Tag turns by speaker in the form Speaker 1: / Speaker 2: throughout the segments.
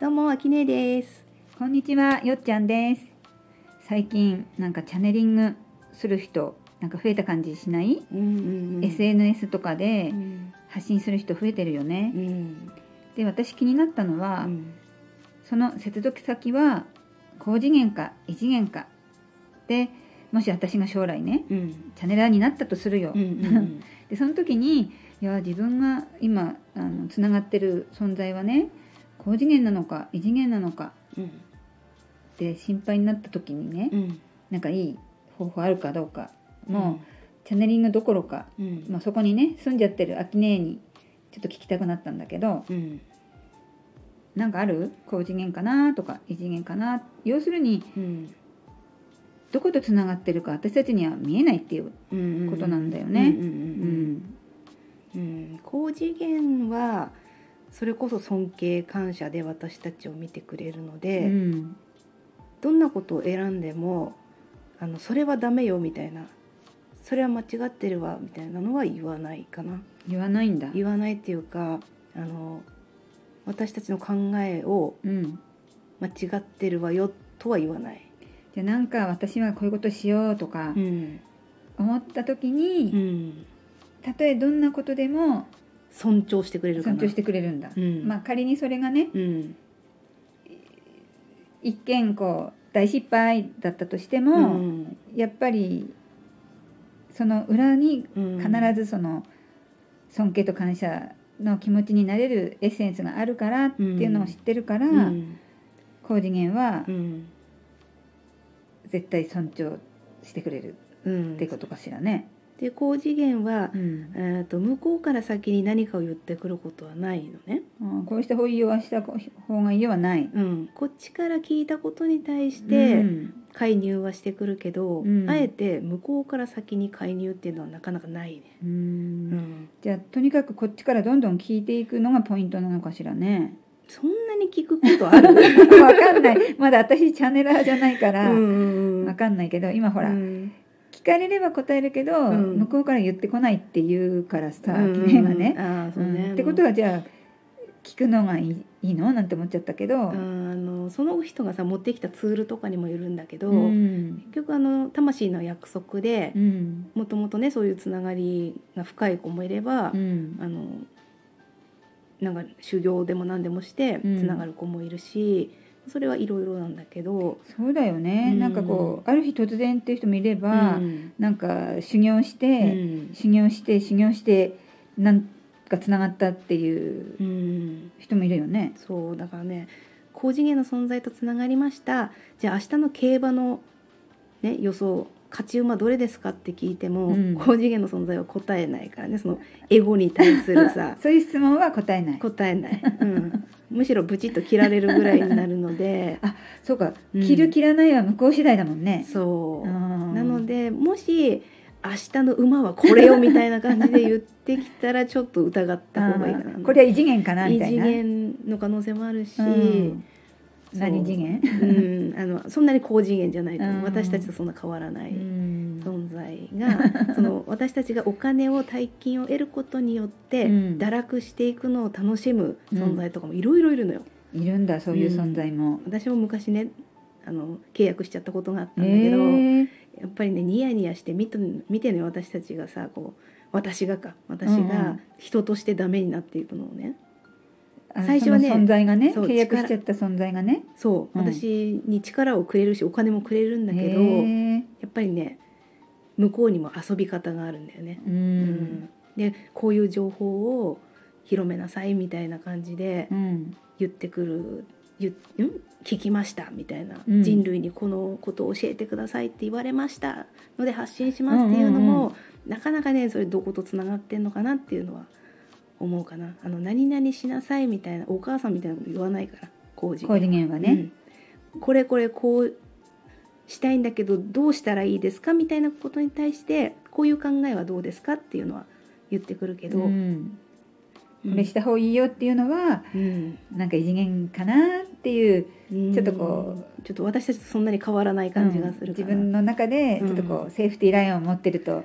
Speaker 1: どうも、あきねです。
Speaker 2: こんにちは、よっちゃんです。最近、なんかチャネリングする人、なんか増えた感じしない、
Speaker 1: うんうんうん。
Speaker 2: ?SNS とかで
Speaker 1: うん
Speaker 2: 発信する人増えてるよね
Speaker 1: う。ん。
Speaker 2: で、私気になったのは、その接続先は、高次元か異次元か。で、もし私が将来ね、
Speaker 1: うん。
Speaker 2: チャネラーになったとするよ。
Speaker 1: うんうん。
Speaker 2: で、その時に、いや、自分が今、あの、つながってる存在はね、高次元なのか異次元なのか
Speaker 1: うん。
Speaker 2: って心配になった時にね、
Speaker 1: うん。
Speaker 2: なんかいい方法あるかどうか
Speaker 1: も
Speaker 2: もう、チャネリングどころか、
Speaker 1: う。うん。
Speaker 2: まあ、そこにね住んじゃってる秋姉にちょっと聞きたくなったんだけど
Speaker 1: うん。
Speaker 2: なんかある高次元かなとか異次元かな要するに
Speaker 1: うん。
Speaker 2: どことつながってるか私たちには見えないっていう、
Speaker 1: うん。
Speaker 2: ことなんだよね
Speaker 1: うんう
Speaker 2: うん
Speaker 1: んうん。うん。高次元は。それこそ尊敬感謝で私たちを見てくれるので、
Speaker 2: うん
Speaker 1: どんなことを選んでもあのそれはダメよみたいなそれは間違ってるわみたいなのは言わないかな
Speaker 2: 言わないんだ、
Speaker 1: 言わないっていうかあの私たちの考えを
Speaker 2: うん、
Speaker 1: 間違ってるわよとは言わない。
Speaker 2: じゃあなんか私はこういうことしようとか
Speaker 1: うん
Speaker 2: 思った時に、
Speaker 1: うん、
Speaker 2: たとえどんなことでも
Speaker 1: 尊重してくれるかな。
Speaker 2: 尊重してくれるんだ、
Speaker 1: うん
Speaker 2: まあ仮にそれがね
Speaker 1: うん
Speaker 2: 一見こう大失敗だったとして
Speaker 1: う
Speaker 2: も、
Speaker 1: ん
Speaker 2: やっぱりその裏に
Speaker 1: うん
Speaker 2: 必ずその尊敬と感謝の気持ちになれるエッセンスがあるからっていうのを知ってるから、
Speaker 1: うん
Speaker 2: 高次元は
Speaker 1: うん
Speaker 2: 絶対尊重してくれる
Speaker 1: うん、
Speaker 2: っ
Speaker 1: で
Speaker 2: てことかしらね。
Speaker 1: 高次元は、
Speaker 2: うん
Speaker 1: えー、と向こうから先に何かを言ってくることはないのね、
Speaker 2: あこうした方がいいよああした方がいいよはない。
Speaker 1: うん、こっちから聞いたことに対して
Speaker 2: うん
Speaker 1: 介入はしてくるけど、
Speaker 2: うん
Speaker 1: あえて向こうから先に介入っていうのはなかなかないね。
Speaker 2: う
Speaker 1: うんん、
Speaker 2: じゃあとにかくこっちからどんどん聞いていくのがポイントなのかしらね。
Speaker 1: そんなに聞くことある
Speaker 2: わかんないまだ私チャンネラーじゃないから、
Speaker 1: う
Speaker 2: わ
Speaker 1: ん
Speaker 2: か んないけど今ほ
Speaker 1: う
Speaker 2: ら、
Speaker 1: ん
Speaker 2: 聞かれれば答えるけど、
Speaker 1: うん
Speaker 2: 向こうから言ってこないっていうからさ、
Speaker 1: うん
Speaker 2: 記念はね,、
Speaker 1: あーそうね
Speaker 2: うんってことはじゃあ聞くのがいいいいのなんて思っちゃったけど、
Speaker 1: うんあのその人がさ持ってきたツールとかにもよるんだけど、
Speaker 2: うん
Speaker 1: 結局あの魂の約束で
Speaker 2: うん
Speaker 1: もともとねそういうつながりが深い子もいれば、
Speaker 2: うん
Speaker 1: あのなんか修行でも何でもして
Speaker 2: うん
Speaker 1: つながる子もいるし、それはいろいろなんだけど、
Speaker 2: そうだよね、
Speaker 1: うん
Speaker 2: なんかこうある日突然っていう人もいれば、
Speaker 1: うん
Speaker 2: なんか修行し
Speaker 1: う
Speaker 2: て、
Speaker 1: ん
Speaker 2: 修行して修行してなんかつながったっていう
Speaker 1: うん
Speaker 2: 人もいるよね。
Speaker 1: そうだからね高次元の存在とつながりましたじゃあ明日の競馬の、ね、予想勝ち馬どれですかって聞いても、
Speaker 2: うん
Speaker 1: 高次元の存在は答えないからねそのエゴに対する さ
Speaker 2: そういう質問は答えない。
Speaker 1: 答えない、うん、むしろブチッと切られるぐらいになるの で
Speaker 2: そうか、
Speaker 1: うん
Speaker 2: 切る切らないは向こう次第だもんね。
Speaker 1: そう、な
Speaker 2: な
Speaker 1: のでもし明日の馬はこれよみたいな感じで言ってきたらちょっと疑った方がいいか
Speaker 2: あ
Speaker 1: な
Speaker 2: ーこれは異次元かな
Speaker 1: 異
Speaker 2: みたい
Speaker 1: 次
Speaker 2: な。
Speaker 1: 元の可能性もあるし、
Speaker 2: うん
Speaker 1: そう
Speaker 2: 何次元？
Speaker 1: うん、あのそんなに高次元じゃないと、
Speaker 2: うん
Speaker 1: 私たちとそんな変わらない
Speaker 2: うん
Speaker 1: 存在 がその私たちがお金を大金を得ることによって、
Speaker 2: うん
Speaker 1: 堕落していくのを楽しむ存在とかもいろいろいるのよ。
Speaker 2: いるんだそういう存在も。
Speaker 1: 私も昔ねあの契約しちゃったことがあったんだけど、
Speaker 2: ええ
Speaker 1: やっぱりねニヤニヤして見て見てね私たちがさこう私がか私
Speaker 2: うんう
Speaker 1: が
Speaker 2: ん
Speaker 1: 人としてダメになっていくのをね、
Speaker 2: あ
Speaker 1: 最初はね
Speaker 2: その存在がね
Speaker 1: そう
Speaker 2: 契約しちゃった存在がね。
Speaker 1: そう
Speaker 2: うん
Speaker 1: 私に力をくれるしお金もくれるんだけど、
Speaker 2: へえ
Speaker 1: やっぱりね向こうにも遊び方があるんだよね。
Speaker 2: う
Speaker 1: うん
Speaker 2: ん
Speaker 1: でこういう情報を広めなさいみたいな感じで
Speaker 2: うん
Speaker 1: 言ってくる「ゆん聞きました」みたいな、
Speaker 2: うん
Speaker 1: 人類にこのことを教えてください」って言われましたので発信しますっていうのも、
Speaker 2: うんうん
Speaker 1: なかなかねそれどことつながってんのかなっていうのは思うかな。あの何々しなさいみたいなお母さんみたいなこと言わないから工事
Speaker 2: 高次元はね。
Speaker 1: うんこれこれこうしたいんだけどどうしたらいいですかみたいなことに対してこういう考えはどうですかっていうのは言ってくるけど、
Speaker 2: うん
Speaker 1: う
Speaker 2: これした方がいいよっていうのは
Speaker 1: ん
Speaker 2: なんか異次元かなっていう
Speaker 1: うん
Speaker 2: ちょっとこ
Speaker 1: ちょっと私たちとそんなに変わらない感じがす
Speaker 2: うん
Speaker 1: るか
Speaker 2: 自
Speaker 1: ら、
Speaker 2: 分の中でちょっとこうセーフティーラインを持ってると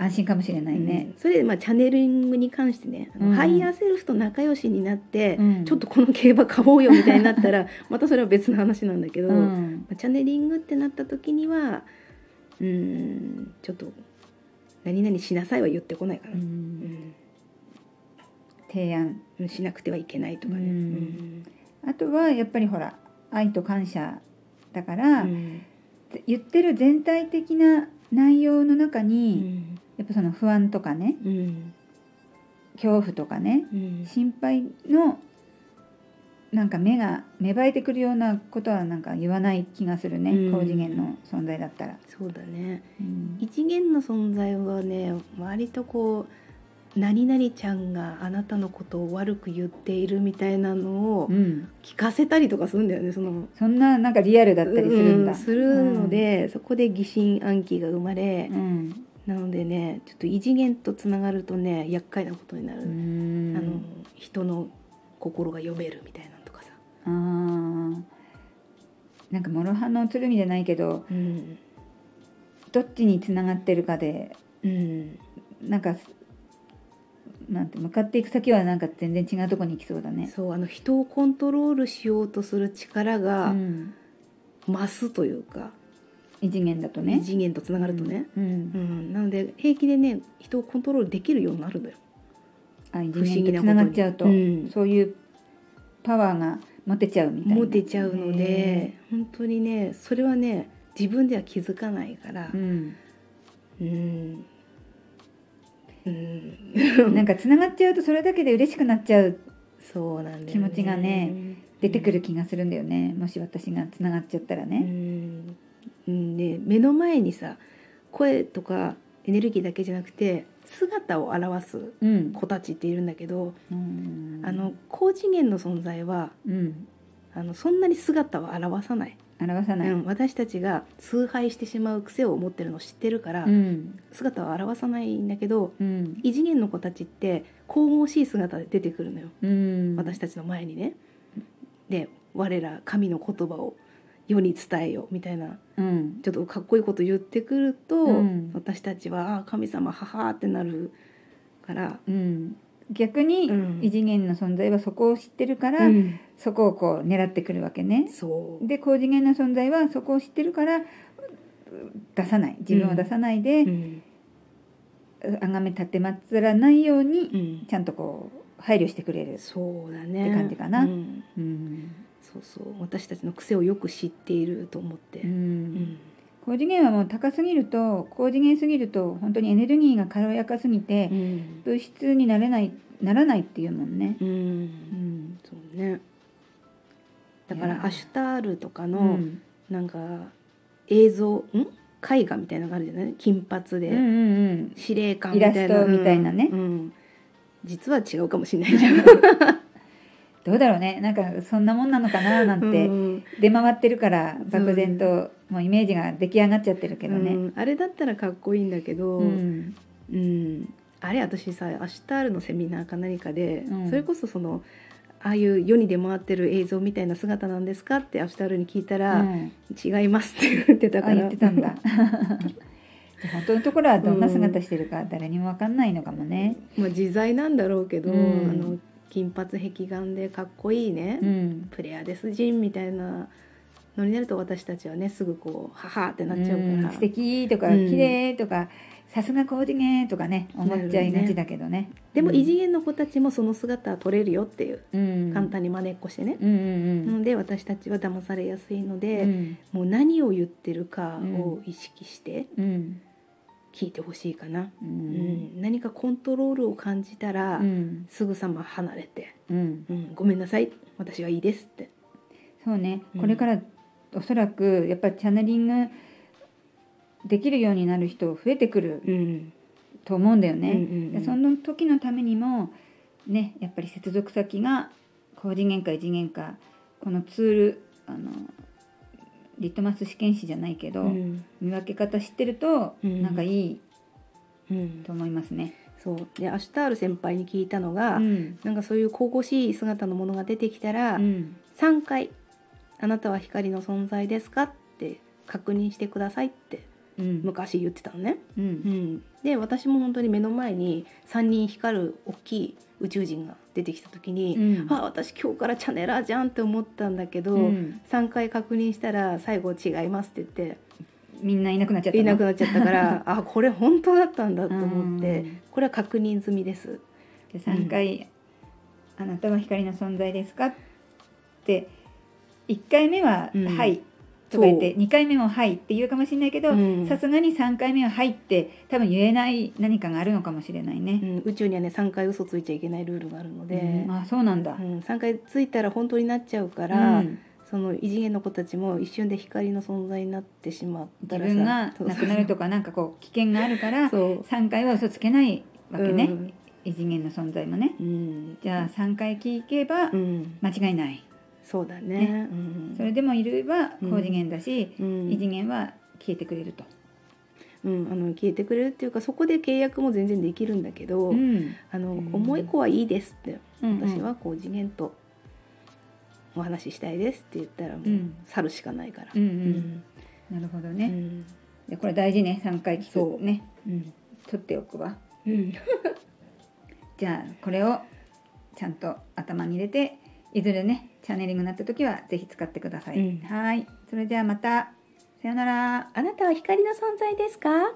Speaker 2: 安心かもしれないね
Speaker 1: う。んそれでまあチャネリングに関してねあの、
Speaker 2: うん
Speaker 1: ハイヤーセルフと仲良しになって、
Speaker 2: うん
Speaker 1: ちょっとこの競馬買おうよみたいになったらまたそれは別の話なんだけど、
Speaker 2: う
Speaker 1: ま
Speaker 2: ん
Speaker 1: あチャネリングってなった時にはうんちょっと「何々しなさい」は言ってこないから、
Speaker 2: う
Speaker 1: うん
Speaker 2: ん提案
Speaker 1: しなくてはいけないとかね。
Speaker 2: うん
Speaker 1: うん
Speaker 2: あとはやっぱりほら愛と感謝だから、
Speaker 1: うん
Speaker 2: 言ってる全体的な内容の中
Speaker 1: う
Speaker 2: に、
Speaker 1: ん
Speaker 2: やっぱその不安とかね
Speaker 1: うん
Speaker 2: 恐怖とかね
Speaker 1: うん
Speaker 2: 心配のなんか目が芽生えてくるようなことはなんか言わない気がするね、
Speaker 1: うん
Speaker 2: 高次元の存在だったら。
Speaker 1: そうだね
Speaker 2: うん
Speaker 1: 一元の存在はね割とこう「何々ちゃんがあなたのことを悪く言っている」みたいなのを
Speaker 2: うん
Speaker 1: 聞かせたりとかするんだよねその
Speaker 2: そんななんかリアルだったりするんだ。
Speaker 1: うんするので、そこで疑心暗鬼が生まれ
Speaker 2: う、ん、
Speaker 1: なのでねちょっと異次元とつながるとね厄介なことにな
Speaker 2: う
Speaker 1: る、
Speaker 2: ん
Speaker 1: あの人の心が読めるみたいなのとかさ、
Speaker 2: あーなんか諸刃の剣じゃないけど
Speaker 1: うん
Speaker 2: どっちにつながってるかで
Speaker 1: うん、
Speaker 2: なんかなんて向かっていく先はなんか全然違うとこに行きそうだね。
Speaker 1: そうあの人をコントロールしようとする力
Speaker 2: う
Speaker 1: が
Speaker 2: ん、
Speaker 1: 増すというか、
Speaker 2: 異次元だと
Speaker 1: 異
Speaker 2: ね。
Speaker 1: 次元とつながるとね、
Speaker 2: うん、
Speaker 1: うんなので平気でね人をコントロールできるようになるんだよ
Speaker 2: あ異
Speaker 1: 不思
Speaker 2: 次
Speaker 1: 議
Speaker 2: 元
Speaker 1: な
Speaker 2: と
Speaker 1: ことに
Speaker 2: つながっちゃうと、
Speaker 1: うん
Speaker 2: そういうパワーが持てちゃうみたいな。
Speaker 1: モテちゃうので
Speaker 2: へ
Speaker 1: 本当にねそれはね自分では気づかないから
Speaker 2: ー。うん、
Speaker 1: うん、うん、
Speaker 2: なんかつながっちゃうとそれだけで嬉しくなっちゃう
Speaker 1: そうなんだよ、ね、
Speaker 2: 気持ちがね出てくる気がするんだよねもし私がつながっちゃったら
Speaker 1: う
Speaker 2: ね。
Speaker 1: ん、うんね目の前にさ声とかエネルギーだけじゃなくて姿を表す
Speaker 2: うん
Speaker 1: 子たちっているんだけど、
Speaker 2: うん
Speaker 1: あの高次元の存在は
Speaker 2: うん、
Speaker 1: あのそんなに姿は表さない
Speaker 2: 表さない。
Speaker 1: うん、私たちが崇拝してしまう癖を持ってるのを知ってるから、
Speaker 2: うん、
Speaker 1: 姿は表さないんだけど
Speaker 2: うん、
Speaker 1: 異次元の子たちって神々しい姿で出てくるのよ、
Speaker 2: うん、
Speaker 1: 私たちの前にね。で我ら神の言葉を世に伝えよみたいな
Speaker 2: うん、
Speaker 1: ちょっとかっこいいこと言ってくると、
Speaker 2: うん
Speaker 1: 私たちは「あー神様はは」ってなるから。
Speaker 2: うん、逆に
Speaker 1: うん
Speaker 2: 異次元の存在はそこを知ってるから、
Speaker 1: うん
Speaker 2: そこをこう狙ってくるわけね。
Speaker 1: そう
Speaker 2: で高次元の存在はそこを知ってるから出さない自分を出さないで、
Speaker 1: うん
Speaker 2: あがめ立てまつらないよう
Speaker 1: う
Speaker 2: に
Speaker 1: ん
Speaker 2: ちゃんとこう配慮してくれる。
Speaker 1: そうだね
Speaker 2: って感じかな
Speaker 1: うん
Speaker 2: うん
Speaker 1: そうそう私たちの癖をよく知っていると思って、
Speaker 2: うん
Speaker 1: うん
Speaker 2: 高次元はもう高すぎると高次元すぎると本当にエネルギーが軽やかすぎて、
Speaker 1: うん
Speaker 2: 物質になれないならないっていうもんね。
Speaker 1: う、
Speaker 2: うんん
Speaker 1: そうねだか
Speaker 2: いや
Speaker 1: ら
Speaker 2: ー
Speaker 1: アシュタールとか
Speaker 2: う
Speaker 1: の、
Speaker 2: ん
Speaker 1: なんか映像ん絵画みたいなのがあるじゃない金髪で、
Speaker 2: うんうん
Speaker 1: 司令官みたいな
Speaker 2: イラストみたいなね
Speaker 1: うんうん実は違うかもしれないじゃん
Speaker 2: どうだろうねなんかそんなもんなのかななん
Speaker 1: う
Speaker 2: て
Speaker 1: ん
Speaker 2: 出回ってるから漠然ともうイメージが出来上がっちゃってるけど
Speaker 1: う
Speaker 2: ね。
Speaker 1: んあれだったらかっこいいんだけど、
Speaker 2: うん
Speaker 1: うんあれ私さアシュタールのセミナーか何かで、
Speaker 2: うん
Speaker 1: それこそそのああいう世に出回ってる映像みたいな姿なんですかってアシュタールに聞いたら、
Speaker 2: うん
Speaker 1: 違いますって言ってたか
Speaker 2: あ
Speaker 1: ら
Speaker 2: 言ってたん だ。本当のところはどんな姿してるか誰にも分かんないのかもね。
Speaker 1: まあ自在なんだろうけど、
Speaker 2: うん
Speaker 1: あの金髪壁眼でかっこいいね、
Speaker 2: うん
Speaker 1: プレアデス人みたいなのになると私たちはねすぐこう「はは」ってなっちゃうから、
Speaker 2: うん素敵とか
Speaker 1: うん
Speaker 2: 綺麗とか、さすがコーディネとかね思っちゃいがちだけどね。
Speaker 1: でも異次
Speaker 2: 元、
Speaker 1: 元の子たちもその姿は取れるよっていう、
Speaker 2: うん、
Speaker 1: 簡単に真似っこしてね、
Speaker 2: うんうん
Speaker 1: な
Speaker 2: うん
Speaker 1: ので私たちは騙されやすいので、
Speaker 2: うん
Speaker 1: もう何を言ってるかを意識して
Speaker 2: うん
Speaker 1: 聞いてほしいかな、
Speaker 2: う
Speaker 1: うん
Speaker 2: ん
Speaker 1: 何かコントロールを感じたら、
Speaker 2: うん
Speaker 1: すぐさま離れて
Speaker 2: う
Speaker 1: 「
Speaker 2: ん
Speaker 1: うん、ごめんなさい私はいいです」って。
Speaker 2: そうね、
Speaker 1: うん
Speaker 2: これからおそらくやっぱりチャネリングできるようになる人増えてくる
Speaker 1: うん
Speaker 2: と思うんだよね、
Speaker 1: うんうんうん
Speaker 2: でその時のためにもねやっぱり接続先が高次元か異次元かこのツールあのリトマス試験紙じゃないけど、
Speaker 1: うん
Speaker 2: 見分け方知ってると
Speaker 1: うん
Speaker 2: なんかいい
Speaker 1: うん
Speaker 2: と思いますね。
Speaker 1: そうでアシュタール先輩に聞いたのが、
Speaker 2: うん
Speaker 1: なんかそういう神々しい姿のものが出てきたら、
Speaker 2: うん
Speaker 1: 3回「あなたは光の存在ですか?」って確認してくださいって
Speaker 2: うん
Speaker 1: 昔言ってたのね。
Speaker 2: う
Speaker 1: うんん、で私も本当に目の前に3人光る大きい宇宙人が出てきた時に、
Speaker 2: うん
Speaker 1: あ私今日からチャネラーじゃんって思ったんだけど、
Speaker 2: うん
Speaker 1: 3回確認したら最後違いますって言って
Speaker 2: みんないなくなっちゃった
Speaker 1: いなく
Speaker 2: っ
Speaker 1: なっちゃったから あこれ本当だったんだと思って、
Speaker 2: うん
Speaker 1: これは確認済みです。
Speaker 2: 3回、あなたは光の存在ですか?」って1回目は「
Speaker 1: うん
Speaker 2: はい」とか言って2回目も「はい」って言うかもしれないけど
Speaker 1: うん
Speaker 2: さすがに3回目は「はい」って多分言えない何かがあるのかもしれないね
Speaker 1: う。ん、宇宙にはね3回嘘ついちゃいけないルールがあるので、
Speaker 2: うんあそうなんだ。
Speaker 1: うん、3回ついたら本当になっちゃうから、
Speaker 2: うん
Speaker 1: その異次元の子たちも一瞬で光の存在になってしまったら
Speaker 2: 自分が
Speaker 1: そう
Speaker 2: なくなるとかなんかこう危険があるから
Speaker 1: そう
Speaker 2: 3回は嘘つけないわけね、
Speaker 1: うん
Speaker 2: 異次元の存在もね
Speaker 1: うん、
Speaker 2: じゃあ3回聞けば
Speaker 1: うん、
Speaker 2: 間違いない、
Speaker 1: そうだね
Speaker 2: ね
Speaker 1: うん
Speaker 2: それでもいれば高次元だし、
Speaker 1: うん
Speaker 2: 異次元は消えてくれると、
Speaker 1: うん、あの消えてくれるっていうかそこで契約も全然できるんだけど、
Speaker 2: うん
Speaker 1: あの
Speaker 2: うん
Speaker 1: 重い子はいいですって、
Speaker 2: うんうん
Speaker 1: 私はこう次元とお話ししたいですって言ったらもう、
Speaker 2: うん
Speaker 1: 去るしかないから、
Speaker 2: うんうん
Speaker 1: うん
Speaker 2: なるほど
Speaker 1: う
Speaker 2: ね、
Speaker 1: ん
Speaker 2: でこれ大事ね3回
Speaker 1: そ
Speaker 2: 聞
Speaker 1: う
Speaker 2: くね
Speaker 1: うん
Speaker 2: 取っておくわ
Speaker 1: うん
Speaker 2: じゃあこれをちゃんと頭に入れていずれねチャネリングになった時はぜひ使ってください、
Speaker 1: うん
Speaker 2: はいそれではまたさよなら
Speaker 1: あなたは光の存在ですか